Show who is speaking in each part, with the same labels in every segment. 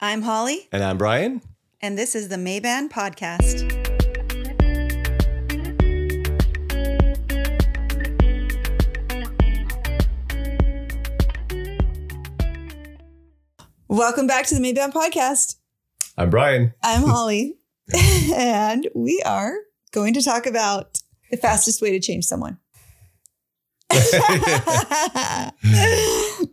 Speaker 1: I'm Holly,
Speaker 2: And I'm Brian.
Speaker 1: and this is the Mayban Podcast. Welcome back to the Mayban Podcast.
Speaker 2: I'm Brian.
Speaker 1: I'm Holly, and we are going to talk about the fastest way to change someone.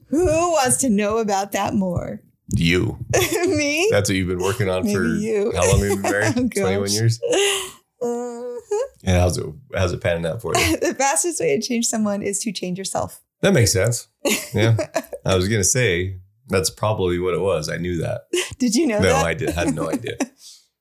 Speaker 1: Who wants to know about that more?
Speaker 2: You.
Speaker 1: Me?
Speaker 2: That's what you've been working on for
Speaker 1: Maybe you.
Speaker 2: how long have you been married?
Speaker 1: Oh, gosh.
Speaker 2: 21 years.
Speaker 1: Uh-huh.
Speaker 2: And how's it how's it panning out for you?
Speaker 1: the fastest way to change someone is to change yourself.
Speaker 2: That makes sense. Yeah. I was gonna say that's probably what it was. I knew that.
Speaker 1: Did you know
Speaker 2: no,
Speaker 1: that?
Speaker 2: I did had no idea.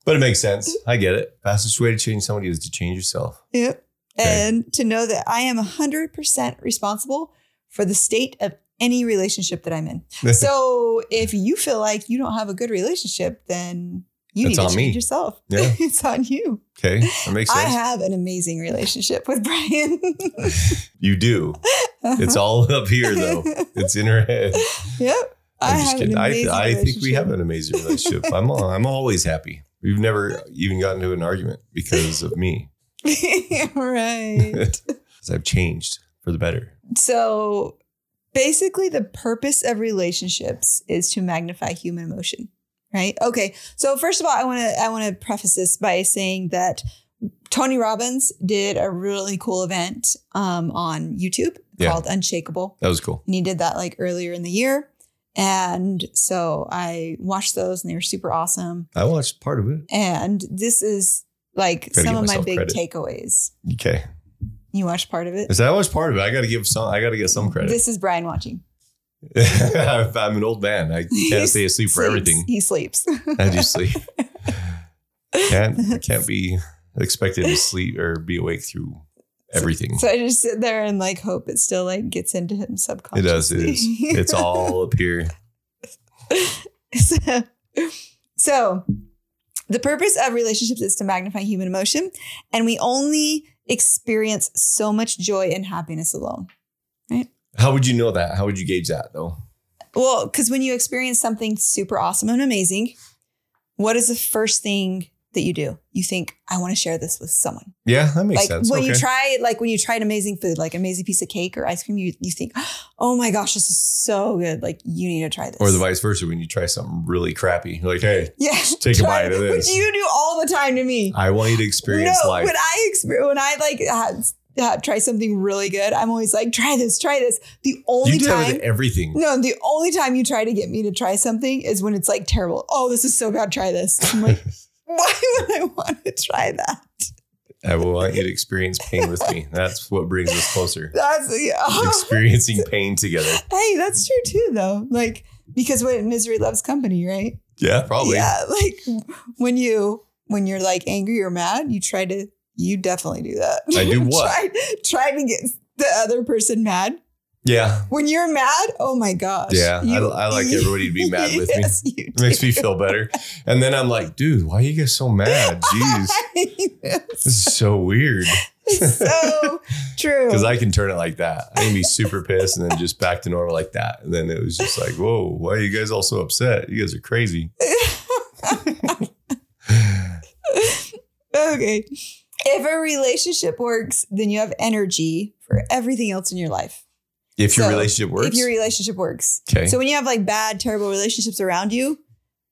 Speaker 2: But it makes sense. I get it. Fastest way to change somebody is to change yourself.
Speaker 1: yep.
Speaker 2: Okay.
Speaker 1: And to know that I am 100% responsible for the state of any relationship that I'm in. So if you feel like you don't have a good relationship, then you
Speaker 2: That's
Speaker 1: need to
Speaker 2: on
Speaker 1: change
Speaker 2: me.
Speaker 1: yourself.
Speaker 2: Yeah.
Speaker 1: it's on you.
Speaker 2: okay. That makes
Speaker 1: I
Speaker 2: sense.
Speaker 1: have an amazing relationship with Brian.
Speaker 2: you do. It's
Speaker 1: Uh-huh.
Speaker 2: all up here though. It's in her head.
Speaker 1: yep. I
Speaker 2: I'm just
Speaker 1: have an
Speaker 2: kidding. I,
Speaker 1: amazing
Speaker 2: I think we
Speaker 1: relationship.
Speaker 2: have an amazing relationship. I'm al- I'm always happy. We've never even gotten to an argument because of me,
Speaker 1: right.
Speaker 2: because I've changed for the better.
Speaker 1: So basically, the purpose of relationships is to magnify human emotion, right? Okay. So first of all, I want to I want to preface this by saying that Tony Robbins did a really cool event um, on YouTube
Speaker 2: Yeah.
Speaker 1: called Unshakable,
Speaker 2: That was cool.
Speaker 1: and he did that like earlier in the year. And so I watched those, and they were super awesome.
Speaker 2: I watched part of it.
Speaker 1: And this is like
Speaker 2: Gotta
Speaker 1: some
Speaker 2: give
Speaker 1: of my
Speaker 2: myself
Speaker 1: big
Speaker 2: credit.
Speaker 1: takeaways.
Speaker 2: Okay,
Speaker 1: You watched part of it.
Speaker 2: so I watched part of it. I got to give some. I got to get some credit.
Speaker 1: This is Brian watching.
Speaker 2: I'm an old man. I can't stay asleep for
Speaker 1: Sleeps.
Speaker 2: everything.
Speaker 1: He sleeps.
Speaker 2: I just sleep. Can't I can't be expected to sleep or be awake through everything.
Speaker 1: So I just sit there and like hope it still like gets into him
Speaker 2: It
Speaker 1: subconsciously.
Speaker 2: does. It is. It's all up here.
Speaker 1: so, so the purpose of relationships is to magnify human emotion, and we only experience so much joy and happiness alone.
Speaker 2: How would you know that? How would you gauge that though?
Speaker 1: Well, because when you experience something super awesome and amazing, what is the first thing that you do? You think, I want to share this with someone.
Speaker 2: Yeah, that makes
Speaker 1: like
Speaker 2: sense.
Speaker 1: when
Speaker 2: okay.
Speaker 1: you try like when you try an amazing food like amazing piece of cake or ice cream you, you think oh my gosh this is so good like you need to try this
Speaker 2: Or the vice versa, when you try something really crappy, you're like, hey,
Speaker 1: yeah
Speaker 2: take a
Speaker 1: try-
Speaker 2: bite of this.
Speaker 1: which you do all the time to me
Speaker 2: I want you to experience
Speaker 1: no
Speaker 2: life.
Speaker 1: when i experience when i like ha- ha- try something really good i'm always like try this try this the only
Speaker 2: you do that
Speaker 1: time
Speaker 2: with everything.
Speaker 1: no the only time you try to get me to try something is when it's like terrible oh this is so bad try this i'm like why would i want to try that
Speaker 2: I will want you to experience pain with me. That's what brings us closer.
Speaker 1: that's yeah.
Speaker 2: Experiencing pain together.
Speaker 1: Hey, that's true too, though. Like, because when misery loves company, right?
Speaker 2: Oh, Yeah, probably.
Speaker 1: Yeah. Like when you when you're like angry or mad, you try to you definitely do that.
Speaker 2: I do what?
Speaker 1: try, try to get the other person mad.
Speaker 2: Yeah.
Speaker 1: When you're mad, oh my gosh.
Speaker 2: Yeah, I- I like everybody to be mad with me.
Speaker 1: yes, me. You
Speaker 2: It makes me feel better. And then I'm like, dude, why you guys so mad? Jeez.
Speaker 1: Jeez.
Speaker 2: This is so weird.
Speaker 1: it's so true.
Speaker 2: Because I can turn it like that. I can be super pissed and then just back to normal like that. And then it was just like, whoa, why are you guys all so upset? You guys are crazy.
Speaker 1: okay. If a relationship works, then you have energy for everything else in your life.
Speaker 2: If
Speaker 1: So,
Speaker 2: your relationship works.
Speaker 1: If your relationship works.
Speaker 2: okay.
Speaker 1: So when you have like bad, terrible relationships around you,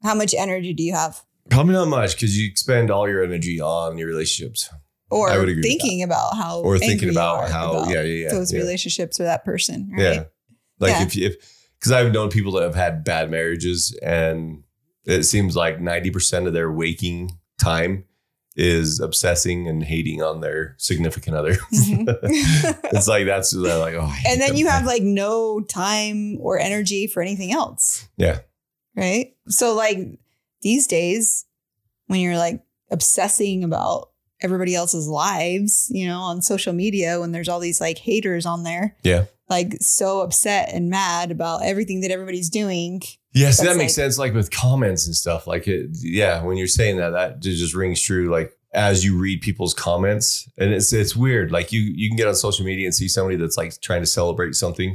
Speaker 1: how much energy do you have?
Speaker 2: Probably not much because you expend all your energy on your relationships
Speaker 1: Or
Speaker 2: I would agree with
Speaker 1: thinking about how
Speaker 2: or
Speaker 1: angry
Speaker 2: thinking
Speaker 1: you
Speaker 2: about
Speaker 1: are
Speaker 2: how,
Speaker 1: about
Speaker 2: yeah, yeah, yeah.
Speaker 1: those
Speaker 2: yeah.
Speaker 1: relationships or that person, right?
Speaker 2: Yeah. Like
Speaker 1: Yeah.
Speaker 2: if you, if, because I've known people that have had bad marriages and it seems like 90% of their waking time is obsessing and hating on their significant other.
Speaker 1: Mhm.
Speaker 2: it's like, that's they're like, oh, I hate
Speaker 1: and then
Speaker 2: them.
Speaker 1: you have like no time or energy for anything else.
Speaker 2: Yeah.
Speaker 1: Right. So like these days, when you're like obsessing about everybody else's lives, you know, on social media, when there's all these like haters on there.
Speaker 2: Yeah.
Speaker 1: Like so upset and mad about everything that everybody's doing.
Speaker 2: Yes,
Speaker 1: That's
Speaker 2: that makes
Speaker 1: like-
Speaker 2: sense. Like with comments and stuff, like it, yeah, when you're saying that, that ju- just rings true. Like as you read people's comments, and it's it's weird. Like you you can get on social media and see somebody that's like trying to celebrate something,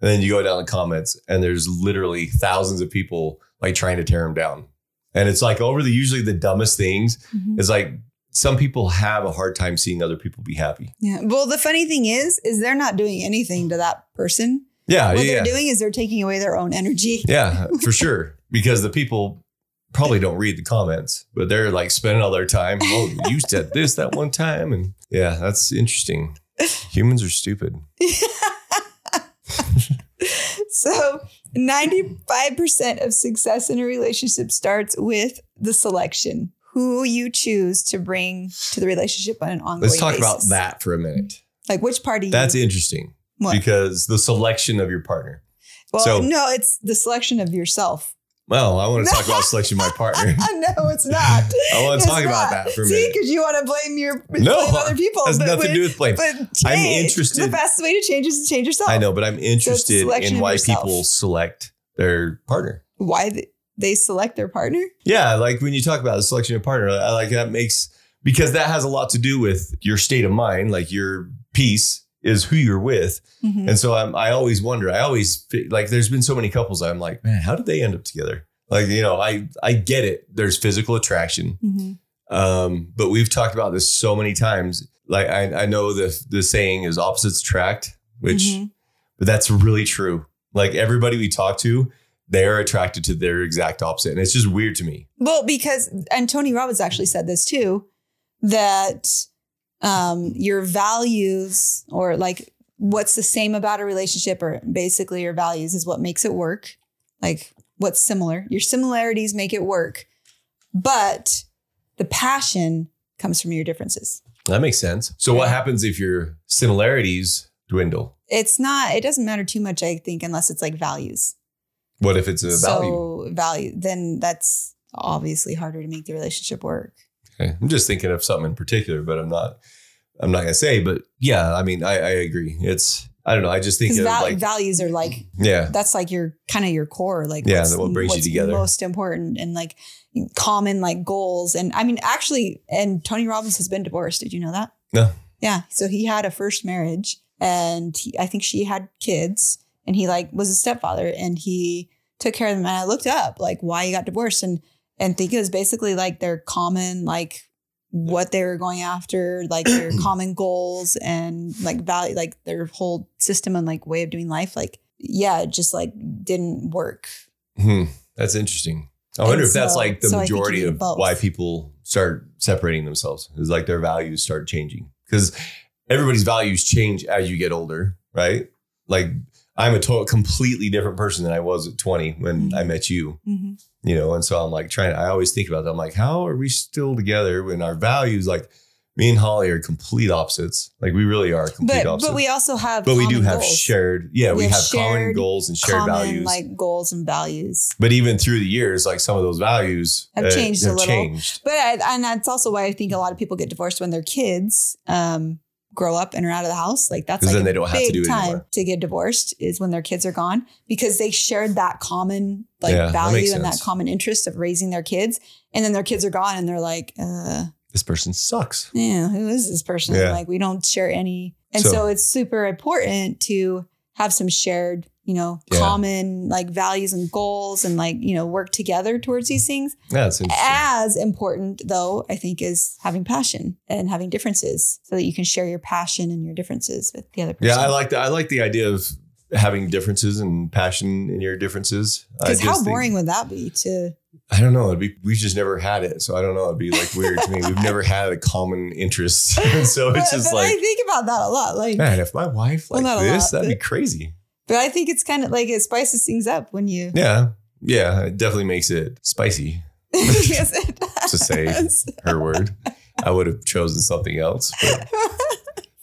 Speaker 2: and then you go down the comments, and there's literally thousands of people like trying to tear them down. And it's like over the usually the dumbest things.
Speaker 1: Mhm.
Speaker 2: It's like some people have a hard time seeing other people be happy.
Speaker 1: Yeah. Well, the funny thing is, is they're not doing anything to that person.
Speaker 2: Yeah,
Speaker 1: what
Speaker 2: Uh, yeah,
Speaker 1: they're doing is they're taking away their own energy.
Speaker 2: yeah, for sure. Because the people probably don't read the comments, but they're like spending all their time. Oh, you said this that one time, and yeah, that's interesting. Humans are stupid.
Speaker 1: So 95% of success in a relationship starts with the selection, who you choose to bring to the relationship on an ongoing
Speaker 2: Let's talk
Speaker 1: basis.
Speaker 2: about that for a minute.
Speaker 1: Like which party
Speaker 2: That's
Speaker 1: you,
Speaker 2: interesting
Speaker 1: Mm-hmm. What?
Speaker 2: because the selection of your partner.
Speaker 1: Well,
Speaker 2: so-
Speaker 1: no, it's the selection of yourself.
Speaker 2: Well, I want to talk about selection of my partner.
Speaker 1: no, it's not.
Speaker 2: I want
Speaker 1: It's
Speaker 2: to talk
Speaker 1: not.
Speaker 2: about that Oh, for a
Speaker 1: See,
Speaker 2: minute.
Speaker 1: because you want to blame your
Speaker 2: No,
Speaker 1: blame other people.
Speaker 2: It has
Speaker 1: but
Speaker 2: nothing
Speaker 1: when-
Speaker 2: to do with blame.
Speaker 1: But
Speaker 2: I'm
Speaker 1: change. The
Speaker 2: interested-
Speaker 1: best way to change is to change yourself.
Speaker 2: I know, but I'm interested
Speaker 1: selection
Speaker 2: in
Speaker 1: of
Speaker 2: why
Speaker 1: yourself.
Speaker 2: people select their partner.
Speaker 1: Why th- they select their partner?
Speaker 2: Yeah, like when you talk about the selection of partner, I like that makes because that has a lot to do with your state of mind, like your peace is who you're with.
Speaker 1: Mhm.
Speaker 2: And so I'm, I always wonder, I always fi- like, there's been so many couples. I'm like, man, how did they end up together? Like, you know, I, I get it. There's physical attraction.
Speaker 1: Mhm.
Speaker 2: Um, but we've talked about this so many times. Like I, I know the the saying is opposites attract, which
Speaker 1: Mhm.
Speaker 2: but that's really true. Like everybody we talk to, they're attracted to their exact opposite. And it's just weird to me.
Speaker 1: Well, because and Tony Robbins actually said this too, that um, your values or like what's the same about a relationship or basically your values is what makes it work. Like what's similar. Your similarities make it work, but the passion comes from your differences.
Speaker 2: That makes sense. So what happens if your similarities dwindle?
Speaker 1: It's not. It doesn't matter too much, I think, unless it's like values.
Speaker 2: What if it's a value?
Speaker 1: So value, then that's obviously harder to make the relationship work.
Speaker 2: Okay. I'm just thinking of something in particular, but I'm not I'm not gonna say, but yeah, I mean I, I agree. It's I don't know. I just think
Speaker 1: Because
Speaker 2: of
Speaker 1: val-
Speaker 2: like
Speaker 1: values are like
Speaker 2: yeah.
Speaker 1: that's like your kind of your core, like
Speaker 2: Yeah,
Speaker 1: what's-
Speaker 2: what brings you
Speaker 1: what's
Speaker 2: together.
Speaker 1: most important, and like common like goals. And I mean, actually, and Tony Robbins has been divorced. Did you know that?
Speaker 2: No.
Speaker 1: Yeah, so he had a first marriage, and he, I think she had kids, and he like was a stepfather, and he took care of them. And I looked up like why he got divorced, and and think it was basically like their common like what they were going after, like their common goals and like value, like their whole system and like way of doing life. Like, yeah, it just like didn't work.
Speaker 2: Hmm. That's interesting. I wonder
Speaker 1: And
Speaker 2: if that's
Speaker 1: so-
Speaker 2: like the
Speaker 1: so I think you
Speaker 2: majority
Speaker 1: need
Speaker 2: of
Speaker 1: both.
Speaker 2: why people start separating themselves is like their values start changing because everybody's values change as you get older, right? Like I'm a total, completely different person than I was at 20 when
Speaker 1: Mhm.
Speaker 2: I met you, you know? And so I'm like trying, I always think about that. I'm like, how are we still together when our values, like me and Holly are complete opposites. Like we really are complete
Speaker 1: But
Speaker 2: opposites.
Speaker 1: but we also have
Speaker 2: But we do
Speaker 1: common
Speaker 2: have
Speaker 1: goals.
Speaker 2: shared, yeah,
Speaker 1: We
Speaker 2: we,
Speaker 1: have
Speaker 2: have, common
Speaker 1: shared-
Speaker 2: goals and shared
Speaker 1: common
Speaker 2: values
Speaker 1: like goals and values.
Speaker 2: but even through the years, like some of those values uh,
Speaker 1: Have changed a little.
Speaker 2: changed.
Speaker 1: But I, and that's also why I think a lot of people get divorced when their kids um, grow up and are out of the house. Like that's like
Speaker 2: 'Cause then
Speaker 1: a
Speaker 2: they don't have to
Speaker 1: big
Speaker 2: do it
Speaker 1: time
Speaker 2: anymore.
Speaker 1: to get divorced is when their kids are gone because they shared that common like
Speaker 2: Yeah, that
Speaker 1: value
Speaker 2: makes
Speaker 1: and that
Speaker 2: sense.
Speaker 1: common interest of raising their kids, and then their kids are gone and they're like, uh,
Speaker 2: This person sucks.
Speaker 1: yeah, who is this person?
Speaker 2: Yeah.
Speaker 1: Like we don't share any, and so,
Speaker 2: So-
Speaker 1: it's super important to have some shared. You know,
Speaker 2: Yeah.
Speaker 1: common like values and goals, and like, you know, work together towards these things.
Speaker 2: Yeah, it's interesting.
Speaker 1: As important, though, I think is having passion and having differences so that you can share your passion and your differences with the other person.
Speaker 2: yeah, I like that. I like the idea of having differences and passion in your differences. I
Speaker 1: Because how
Speaker 2: just think-
Speaker 1: boring would that be to?
Speaker 2: I don't know. It'd be we just never had it, so I don't know. It'd be like weird to me. We've never had a common interest, and so
Speaker 1: But,
Speaker 2: it's just
Speaker 1: but I
Speaker 2: like,
Speaker 1: think about that a lot. Like,
Speaker 2: man, if my wife
Speaker 1: Well,
Speaker 2: like
Speaker 1: not a
Speaker 2: this,
Speaker 1: lot,
Speaker 2: that'd be
Speaker 1: but-
Speaker 2: crazy.
Speaker 1: but I think it's kind of like it spices things up when you.
Speaker 2: Yeah, yeah, it definitely makes it spicy.
Speaker 1: Yes, it
Speaker 2: To say.
Speaker 1: does.
Speaker 2: Her word. I would have chosen something else, but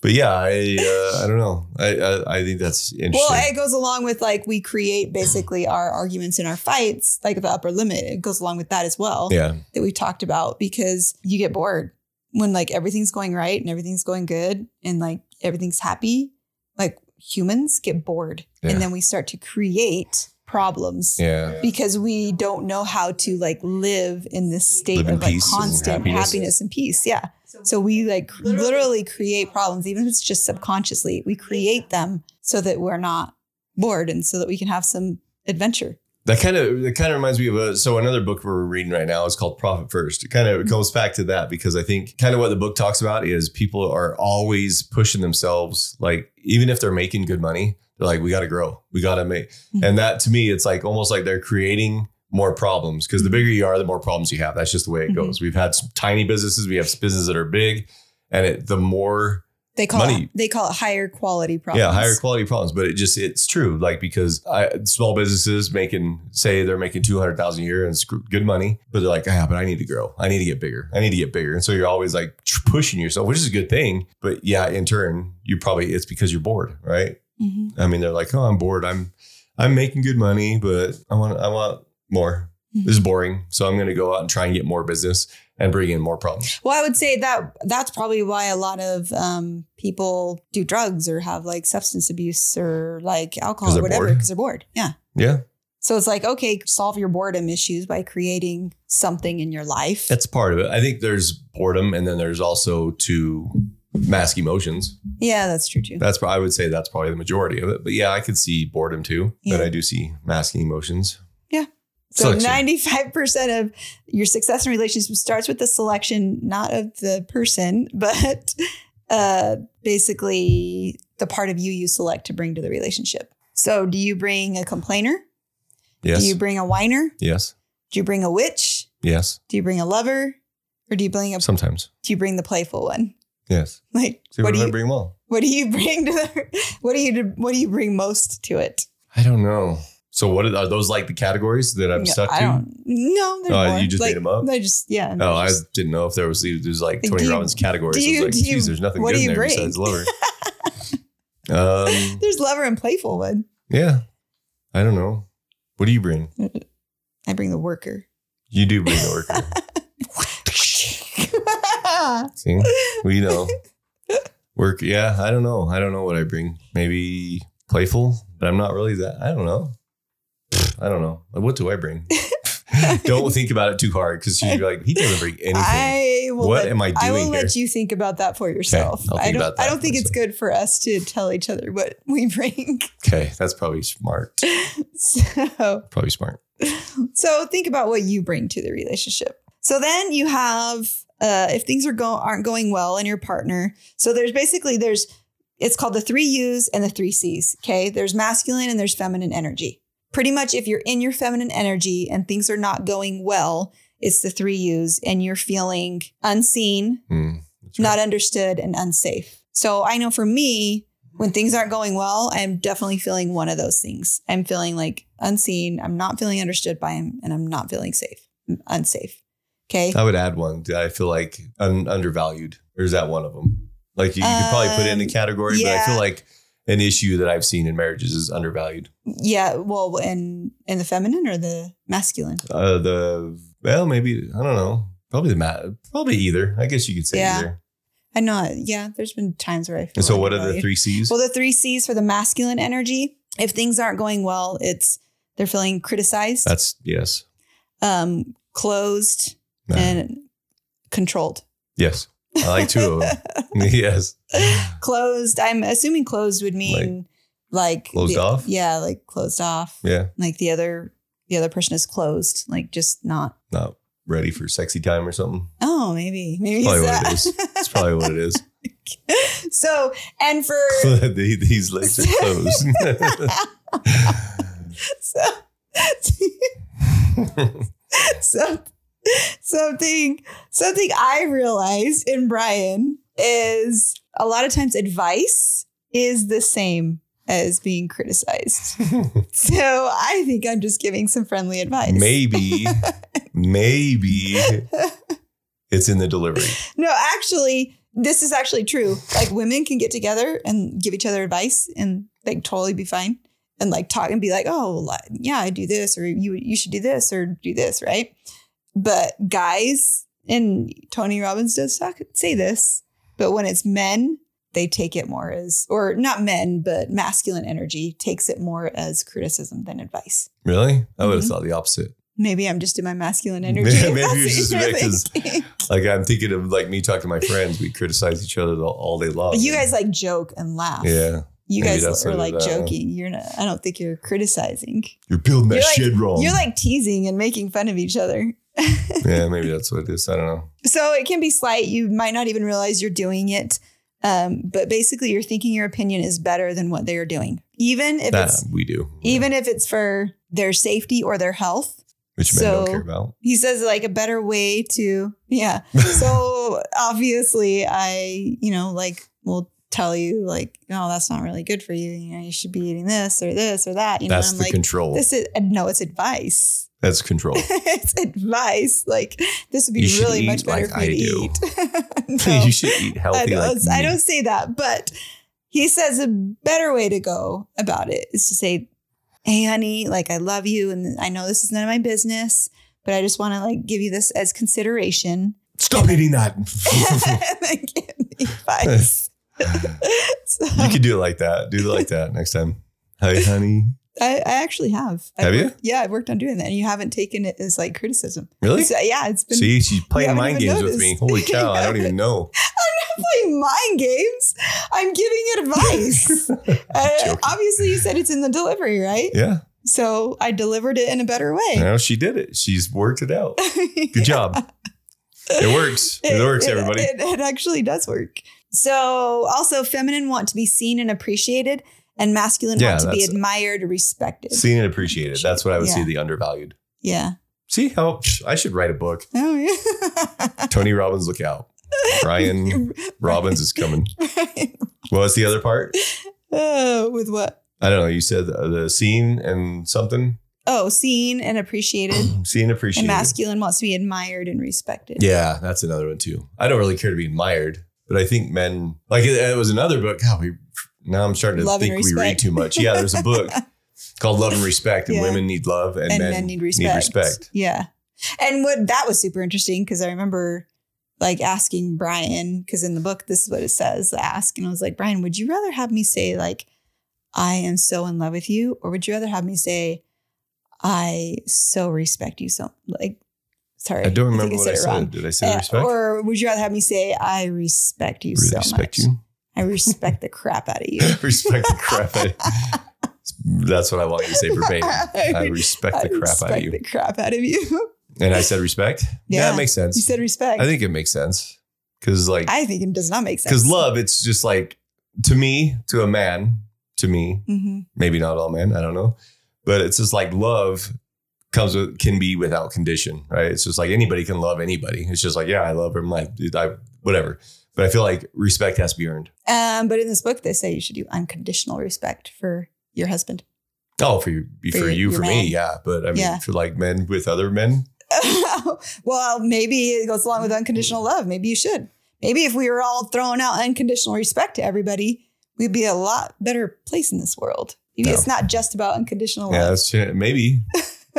Speaker 2: But yeah, I uh, I don't know. I, I I think that's interesting.
Speaker 1: Well, it goes along with like we create basically our arguments and our fights, like the upper limit. It goes along with that as well.
Speaker 2: yeah,
Speaker 1: that we've talked about because you get bored when like everything's going right and everything's going good and like everything's happy. Like humans get bored
Speaker 2: Yeah.
Speaker 1: and then we start to create problems
Speaker 2: yeah.
Speaker 1: because we don't know how to like live in this state
Speaker 2: Live in
Speaker 1: of like
Speaker 2: peace and
Speaker 1: constant happiness.
Speaker 2: happiness.
Speaker 1: and peace. Yeah. So we like cr- literally, create problems, even if it's just subconsciously, we create them so that we're not bored and so that we can have some adventure.
Speaker 2: That kind of that kind of reminds me of a so another book we're reading right now is called Profit First. It kind of goes back to that because I think kind of what the book talks about is people are always pushing themselves. Like even if they're making good money, they're like, we got to grow, we got to make.
Speaker 1: Mhm.
Speaker 2: And that to me, it's like almost like they're creating more problems because the bigger you are, the more problems you have. That's just the way it
Speaker 1: Mhm.
Speaker 2: goes. We've had some tiny businesses, we have businesses that are big, and it, the more
Speaker 1: They call
Speaker 2: Money.
Speaker 1: it they call it higher quality problems.
Speaker 2: yeah, higher quality problems, but it just it's true. Like because I, small businesses making say they're making two hundred thousand a year and it's gr- good money, but they're like, ah, but I need to grow. I need to get bigger. I need to get bigger. And so you're always like tr- pushing yourself, which is a good thing. But yeah, in turn, you probably it's because you're bored, right?
Speaker 1: Mhm,
Speaker 2: I mean, they're like, oh, I'm bored. I'm I'm making good money, but I want I want more.
Speaker 1: mhm.
Speaker 2: This is boring, so I'm going to go out and try and get more business and bring in more problems.
Speaker 1: Well, I would say that that's probably why a lot of um, people do drugs or have like substance abuse or like alcohol
Speaker 2: they're
Speaker 1: or whatever
Speaker 2: bored?
Speaker 1: because they're bored. Yeah.
Speaker 2: Yeah,
Speaker 1: So it's like, okay, solve your boredom issues by creating something in your life.
Speaker 2: that's part of it. I think there's boredom, and then there's also to mask emotions.
Speaker 1: yeah, that's true too.
Speaker 2: That's I would say that's probably the majority of it. But yeah, I could see boredom too. But
Speaker 1: Yeah.
Speaker 2: I do see masking emotions.
Speaker 1: So
Speaker 2: Selection.
Speaker 1: 95% of your success in relationships starts with the selection, not of the person, but uh, basically the part of you you select to bring to the relationship. So do you bring a complainer?
Speaker 2: Yes.
Speaker 1: Do you bring a whiner?
Speaker 2: yes.
Speaker 1: Do you bring a witch?
Speaker 2: Yes.
Speaker 1: Do you bring a lover? Or do you bring a
Speaker 2: Sometimes.
Speaker 1: do you bring the playful one?
Speaker 2: Yes.
Speaker 1: Like
Speaker 2: See
Speaker 1: what
Speaker 2: what
Speaker 1: do
Speaker 2: I
Speaker 1: you
Speaker 2: bring them all.
Speaker 1: what do you bring to the what do you what do you bring most to it?
Speaker 2: I don't know. So what are, are those like the categories that I'm
Speaker 1: No,
Speaker 2: stuck
Speaker 1: I
Speaker 2: to?
Speaker 1: don't no, there's
Speaker 2: Oh,
Speaker 1: more.
Speaker 2: you just made
Speaker 1: Like,
Speaker 2: them up?
Speaker 1: I just yeah.
Speaker 2: Oh, I
Speaker 1: just-
Speaker 2: didn't know if there was there's like
Speaker 1: Do
Speaker 2: Tony
Speaker 1: you-
Speaker 2: Robbins categories.
Speaker 1: do
Speaker 2: I
Speaker 1: you-
Speaker 2: was
Speaker 1: do
Speaker 2: like,
Speaker 1: you-
Speaker 2: geez, there's nothing
Speaker 1: what
Speaker 2: good
Speaker 1: do
Speaker 2: in
Speaker 1: you
Speaker 2: there
Speaker 1: bring?
Speaker 2: besides lover. um,
Speaker 1: There's lover and playful one.
Speaker 2: yeah. I don't know. What do you bring?
Speaker 1: I bring the worker.
Speaker 2: You do bring the worker. See, we know work. Yeah, I don't know. I don't know what I bring. Maybe playful, but I'm not really that. I don't know. I don't know. Like, What do I bring? don't think about it too hard because you're like he doesn't bring anything.
Speaker 1: I will
Speaker 2: What
Speaker 1: let,
Speaker 2: am I doing
Speaker 1: will
Speaker 2: here?
Speaker 1: let you think about that for yourself.
Speaker 2: I'll
Speaker 1: I
Speaker 2: think
Speaker 1: don't
Speaker 2: about that
Speaker 1: I don't think
Speaker 2: for
Speaker 1: it's good for us to tell each other what we bring.
Speaker 2: okay, that's probably smart.
Speaker 1: So
Speaker 2: Probably smart.
Speaker 1: so think about what you bring to the relationship. So then you have uh, if things are go- aren't going well in your partner. So there's basically there's it's called the three U's and the three C's. Okay, there's masculine and there's feminine energy. Pretty much, if you're in your feminine energy and things are not going well, it's the three U's, and you're feeling unseen,
Speaker 2: Hmm, that's right.
Speaker 1: not understood and unsafe. So I know for me, when things aren't going well, I'm definitely feeling one of those things. I'm feeling like unseen, I'm not feeling understood by him, and I'm not feeling safe, I'm unsafe. Okay.
Speaker 2: I would add one. I feel like un- undervalued. Or is that one of them? Like you, you could probably put it in the
Speaker 1: Um,
Speaker 2: category, but I
Speaker 1: yeah.
Speaker 2: feel like an issue that I've seen in marriages is undervalued.
Speaker 1: yeah. Well, and in the feminine or the masculine?
Speaker 2: Uh, the well, maybe I don't know. Probably the mat. Probably either. I guess you could say
Speaker 1: Yeah.
Speaker 2: either.
Speaker 1: I know. Yeah. There's been times where I feel.
Speaker 2: And so, what
Speaker 1: like
Speaker 2: are the
Speaker 1: value.
Speaker 2: three C's?
Speaker 1: Well, the three C's for the masculine energy. If things aren't going well, it's they're feeling criticized,
Speaker 2: That's yes,
Speaker 1: um, closed,
Speaker 2: Uh,
Speaker 1: and controlled.
Speaker 2: yes. I like two of them. yes,
Speaker 1: closed i'm assuming closed would mean like,
Speaker 2: Closed
Speaker 1: the-
Speaker 2: off?
Speaker 1: yeah like closed off
Speaker 2: yeah.
Speaker 1: like the other the other person is closed like just not
Speaker 2: Not ready for sexy time or something.
Speaker 1: oh maybe maybe
Speaker 2: Probably
Speaker 1: it's
Speaker 2: what it
Speaker 1: that.
Speaker 2: is. That's probably what it is.
Speaker 1: so and for
Speaker 2: The- These legs are closed.
Speaker 1: so, so, something something i realized in brian is a lot of times advice is the same as being criticized So I think I'm just giving some friendly advice.
Speaker 2: maybe, maybe it's in the delivery.
Speaker 1: No, actually, this is actually true. Like women can get together and give each other advice and like totally be fine and like talk and be like, oh, li- yeah, I do this or you you should do this or do this, right? But guys and Tony Robbins does talk, say this, but when it's men, they take it more as or not men, but masculine energy takes it more as criticism than advice.
Speaker 2: Really? I would have
Speaker 1: Mhm.
Speaker 2: thought the opposite.
Speaker 1: Maybe I'm just in my masculine
Speaker 2: Maybe
Speaker 1: energy.
Speaker 2: you're
Speaker 1: That's
Speaker 2: just
Speaker 1: what you're
Speaker 2: because-
Speaker 1: thinking.
Speaker 2: Like I'm thinking of like me talking to my friends. We criticize each other all- all day long.
Speaker 1: you guys like joke and laugh.
Speaker 2: Yeah.
Speaker 1: You
Speaker 2: Maybe
Speaker 1: guys
Speaker 2: that's
Speaker 1: were
Speaker 2: what
Speaker 1: like
Speaker 2: it- I don't know.
Speaker 1: joking. You're not. I don't think you're criticizing.
Speaker 2: You're building that
Speaker 1: You're like-
Speaker 2: shit wrong.
Speaker 1: You're like teasing and making fun of each other.
Speaker 2: yeah, maybe that's what it is. I don't know.
Speaker 1: So it can be slight. You might not even realize you're doing it. Um, but basically, you're thinking your opinion is better than what they are doing, even if
Speaker 2: That
Speaker 1: it's
Speaker 2: we do.
Speaker 1: even if it's for their safety or their health.
Speaker 2: Which men don't
Speaker 1: so-
Speaker 2: care about.
Speaker 1: He says like a better way to yeah. So obviously, I you know like will tell you like no, that's not really good for you. You know, you should be eating this or this or that. You know,
Speaker 2: That's
Speaker 1: I'm
Speaker 2: the
Speaker 1: like
Speaker 2: control.
Speaker 1: this is no, it's advice.
Speaker 2: That's control.
Speaker 1: it's advice. Like this would be
Speaker 2: Oh. You should
Speaker 1: really much
Speaker 2: eat
Speaker 1: better
Speaker 2: like
Speaker 1: for you to eat. No.
Speaker 2: you should eat
Speaker 1: I
Speaker 2: healthy.
Speaker 1: don't,
Speaker 2: like
Speaker 1: I
Speaker 2: me.
Speaker 1: don't say that, but he says a better way to go about it is to say, Hey, honey, like I love you. And I know this is none of my business, but I just want to like give you this as consideration.
Speaker 2: Stop eating that.
Speaker 1: And then give me advice. so,
Speaker 2: you could do it like that. Do it like that next time. Hey, honey.
Speaker 1: I, I actually have. I've
Speaker 2: Have you?
Speaker 1: worked- Yeah, I've worked on doing that. And you haven't taken it as like criticism.
Speaker 2: Really?
Speaker 1: It's- yeah, it's been
Speaker 2: See, she's playing
Speaker 1: haven't
Speaker 2: mind
Speaker 1: even
Speaker 2: games with me.
Speaker 1: noticed.
Speaker 2: Holy cow! I don't even know.
Speaker 1: I'm not playing mind games. I'm giving advice. uh,
Speaker 2: Joking.
Speaker 1: obviously, you said it's in the delivery, right?
Speaker 2: Yeah,
Speaker 1: So I delivered it in a better way.
Speaker 2: now she did it. She's worked it out. Good job. It works. It, works, everybody.
Speaker 1: It, it actually does work. So also, feminine want to be seen and appreciated, and masculine
Speaker 2: Yeah,
Speaker 1: want to be
Speaker 2: that's-
Speaker 1: admired or respected.
Speaker 2: Seen and appreciated. That's what I would
Speaker 1: Yeah.
Speaker 2: see the undervalued.
Speaker 1: Yeah.
Speaker 2: See how psh, I should write a book.
Speaker 1: Oh yeah.
Speaker 2: Tony Robbins, look out. Ryan Robbins is coming. What was the other part?
Speaker 1: Uh, with what?
Speaker 2: I don't know. You said the, the scene and something.
Speaker 1: Oh, seen and appreciated.
Speaker 2: Seen and
Speaker 1: and
Speaker 2: appreciated.
Speaker 1: masculine wants to be admired and respected.
Speaker 2: Yeah, that's another one too. I don't really care to be admired, but I think men like it, it was another book. God, we now I'm starting to
Speaker 1: Love and
Speaker 2: think we read
Speaker 1: Respect.
Speaker 2: too much. Yeah, there's a book called Love and Respect, and
Speaker 1: Yeah.
Speaker 2: women need love and,
Speaker 1: and, men need respect. Yeah. And what that was super interesting because I remember like asking Brian, because in the book, this is what it says ask. And I was like, Brian, would you rather have me say, like, I am so in love with you? Or would you rather have me say, I so respect you so like, sorry.
Speaker 2: I don't remember
Speaker 1: think
Speaker 2: what I
Speaker 1: it
Speaker 2: said.
Speaker 1: wrong.
Speaker 2: Did I say
Speaker 1: Uh,
Speaker 2: respect?
Speaker 1: Or would you rather have me say, I respect you
Speaker 2: Really
Speaker 1: so
Speaker 2: respect
Speaker 1: much?
Speaker 2: you.
Speaker 1: I respect the crap out of you.
Speaker 2: respect the crap. out of you. That's what I want you to say verbatim.
Speaker 1: I
Speaker 2: I respect
Speaker 1: I
Speaker 2: the crap out of
Speaker 1: respect
Speaker 2: you.
Speaker 1: The crap out of you.
Speaker 2: And I said respect. Yeah,
Speaker 1: Yeah.
Speaker 2: it makes sense.
Speaker 1: you said respect.
Speaker 2: I think it makes sense because like
Speaker 1: I think it does not make sense.
Speaker 2: because love, it's just like to me, to a man, to me,
Speaker 1: hmm
Speaker 2: maybe not all men, I don't know. But it's just like love comes with can be without condition, right? It's just like anybody can love anybody. It's just like, yeah, I love him, I, I whatever. But I feel like respect has to be earned.
Speaker 1: Um, but in this book, they say you should do unconditional respect for your husband.
Speaker 2: Oh, for you, for,
Speaker 1: For your-
Speaker 2: you,
Speaker 1: your
Speaker 2: for
Speaker 1: man.
Speaker 2: me, yeah. But I mean,
Speaker 1: Yeah.
Speaker 2: for like men with other men,
Speaker 1: well, maybe it goes along with unconditional love. Maybe you should. Maybe if we were all throwing out unconditional respect to everybody, we'd be a lot better place in this world. Maybe
Speaker 2: No.
Speaker 1: it's not just about unconditional
Speaker 2: yeah,
Speaker 1: love.
Speaker 2: that's maybe,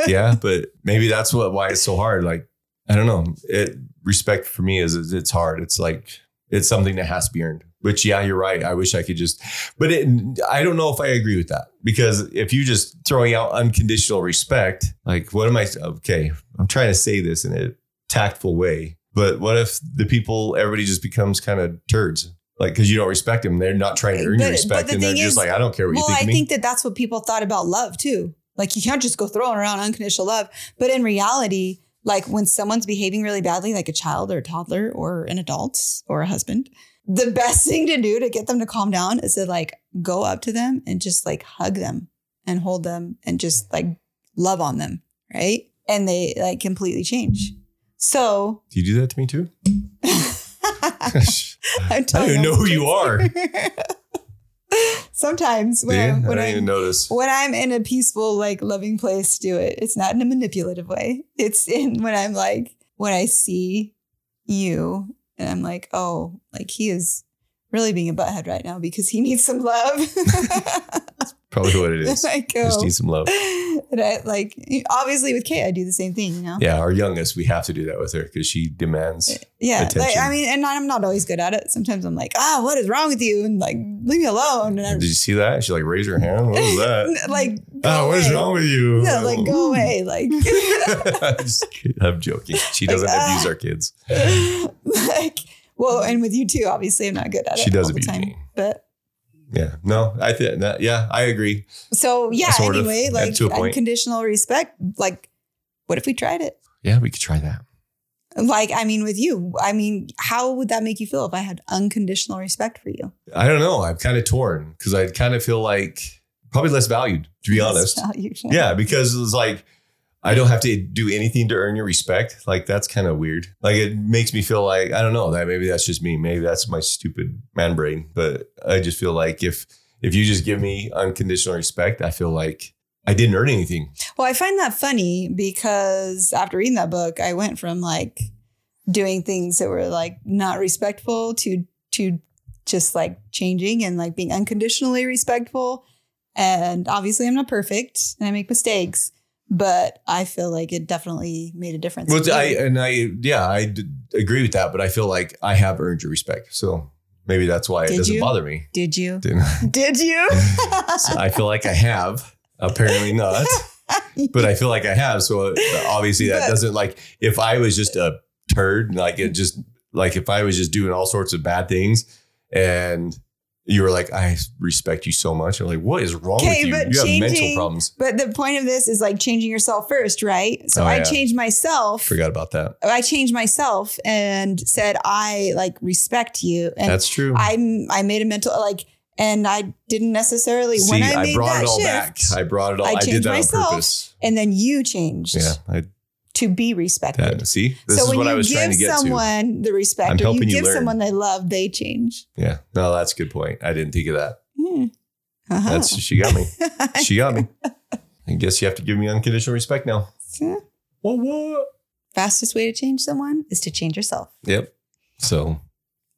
Speaker 2: yeah. But maybe that's what why it's so hard. Like I don't know. It respect for me is, is it's hard. It's like it's something that has to be earned. Which yeah, you're right. I wish I could just, but it, I don't know if I agree with that because if you just throwing out unconditional respect, like what am I? Okay, I'm trying to say this in a tactful way, but what if the people everybody just becomes kind of turds? Like because you don't respect them, they're not trying to earn
Speaker 1: But-
Speaker 2: your
Speaker 1: but
Speaker 2: respect,
Speaker 1: the
Speaker 2: and they're
Speaker 1: thing
Speaker 2: just
Speaker 1: is-
Speaker 2: like, I don't care what
Speaker 1: Well,
Speaker 2: you think
Speaker 1: I
Speaker 2: of me.
Speaker 1: think that that's what people thought about love too. Like you can't just go throwing around unconditional love. But in reality, like when someone's behaving really badly, like a child or a toddler or an adult or a husband, the best thing to do to get them to calm down is to like go up to them and just like hug them and hold them and just like love on them. Right. And they like completely change. So
Speaker 2: Do you do that to me too?
Speaker 1: I'm
Speaker 2: I
Speaker 1: telling
Speaker 2: don't even
Speaker 1: them-
Speaker 2: know who you are.
Speaker 1: Sometimes when,
Speaker 2: Yeah,
Speaker 1: I'm,
Speaker 2: I
Speaker 1: when
Speaker 2: don't
Speaker 1: I'm
Speaker 2: even notice.
Speaker 1: when I'm in a peaceful, like loving place, do it. It's not in a manipulative way. It's in when I'm like, when I see you and I'm like, oh, like he is really being a butthead right now because he needs some love.
Speaker 2: Probably what it
Speaker 1: then
Speaker 2: is.
Speaker 1: I go.
Speaker 2: Just need some love.
Speaker 1: And I like, obviously with Kay, I do the same thing, you know?
Speaker 2: Yeah, our youngest, we have to do that with her because she demands.
Speaker 1: Yeah, like
Speaker 2: Attention.
Speaker 1: I mean, and I'm not always good at it. Sometimes I'm like, ah, what is wrong with you? And like, leave me alone. And
Speaker 2: Did you see that? She like raised her hand. What was that?
Speaker 1: I'm like, go
Speaker 2: oh, what is
Speaker 1: away.
Speaker 2: wrong with you? Hmm.
Speaker 1: Yeah, like go away. Like,
Speaker 2: Just kidding. I'm joking. She
Speaker 1: Like,
Speaker 2: doesn't
Speaker 1: ah.
Speaker 2: abuse our kids.
Speaker 1: like, well, and with you too, obviously, I'm not good at it.
Speaker 2: She does
Speaker 1: all the
Speaker 2: abuse
Speaker 1: time,
Speaker 2: me.
Speaker 1: But
Speaker 2: Yeah. No, I think that, yeah, I agree.
Speaker 1: So yeah,
Speaker 2: Sort of,
Speaker 1: anyway,
Speaker 2: yeah,
Speaker 1: like
Speaker 2: to a point.
Speaker 1: unconditional respect. Like, what if we tried it?
Speaker 2: Yeah, we could try that.
Speaker 1: Like, I mean, with you, I mean, how would that make you feel if I had unconditional respect for you?
Speaker 2: I don't know. I'm kind of torn because I kind of feel like probably less valued, to be honest. Yeah, because it's like I don't have to do anything to earn your respect. Like that's kind of weird. Like it makes me feel like I don't know that maybe that's just me. Maybe that's my stupid man brain. But I just feel like if if you just give me unconditional respect, I feel like I didn't earn anything.
Speaker 1: Well, I find that funny because after reading that book, I went from like doing things that were like not respectful to to just like changing and like being unconditionally respectful. And obviously, I'm not perfect and I make mistakes, but I feel like it definitely made a difference.
Speaker 2: Well, I and I yeah I d- agree with that, but I feel like I have earned your respect. So maybe that's why
Speaker 1: Did
Speaker 2: it doesn't
Speaker 1: you?
Speaker 2: bother me.
Speaker 1: Did you?
Speaker 2: Didn't I?
Speaker 1: Did you?
Speaker 2: So I feel like I have. Apparently not. but I feel like I have. So uh, obviously that
Speaker 1: But-
Speaker 2: doesn't like if I was just a turd, like
Speaker 1: Mm-hmm.
Speaker 2: it just like if I was just doing all sorts of bad things and you were like, I respect you so much. I'm like, what is wrong with
Speaker 1: Okay,
Speaker 2: you?
Speaker 1: but
Speaker 2: you have mental
Speaker 1: changing-
Speaker 2: problems.
Speaker 1: but the point of this is like changing yourself first, right? So
Speaker 2: Oh,
Speaker 1: I
Speaker 2: yeah.
Speaker 1: changed myself.
Speaker 2: Forgot about that.
Speaker 1: I changed myself and said I like respect you and
Speaker 2: That's true.
Speaker 1: I I made a mental like and I didn't necessarily
Speaker 2: See,
Speaker 1: when I,
Speaker 2: I,
Speaker 1: made
Speaker 2: brought
Speaker 1: that
Speaker 2: it all
Speaker 1: shift
Speaker 2: back. I brought it all.
Speaker 1: I
Speaker 2: I,
Speaker 1: changed
Speaker 2: did that
Speaker 1: myself.
Speaker 2: on purpose.
Speaker 1: and then you changed
Speaker 2: Yeah, I,
Speaker 1: to be respected.
Speaker 2: that, see, this
Speaker 1: so
Speaker 2: is
Speaker 1: when
Speaker 2: what
Speaker 1: you
Speaker 2: I was
Speaker 1: give
Speaker 2: trying to get to.
Speaker 1: someone the respect or
Speaker 2: I'm
Speaker 1: you
Speaker 2: helping you
Speaker 1: give
Speaker 2: learn.
Speaker 1: someone they love, they change.
Speaker 2: Yeah, no, that's a good point. I didn't think of that.
Speaker 1: Yeah. Uh-huh.
Speaker 2: That's she got me. She got me. I guess you have to give me unconditional respect now. What? What?
Speaker 1: Fastest way to change someone is to change yourself.
Speaker 2: Yep. So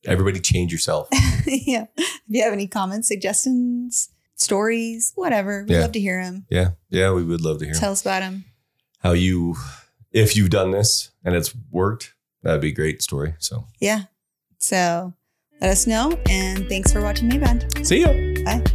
Speaker 2: everybody change yourself.
Speaker 1: yeah. If you have any comments, suggestions, stories, whatever, we'd
Speaker 2: Yeah.
Speaker 1: love to hear them.
Speaker 2: Yeah. Yeah. We would love to hear
Speaker 1: Tell us about them.
Speaker 2: how you, if you've done this and it's worked, that'd be a great story. So
Speaker 1: Yeah. So let us know. And thanks for watching Me Band.
Speaker 2: see ya.
Speaker 1: Bye.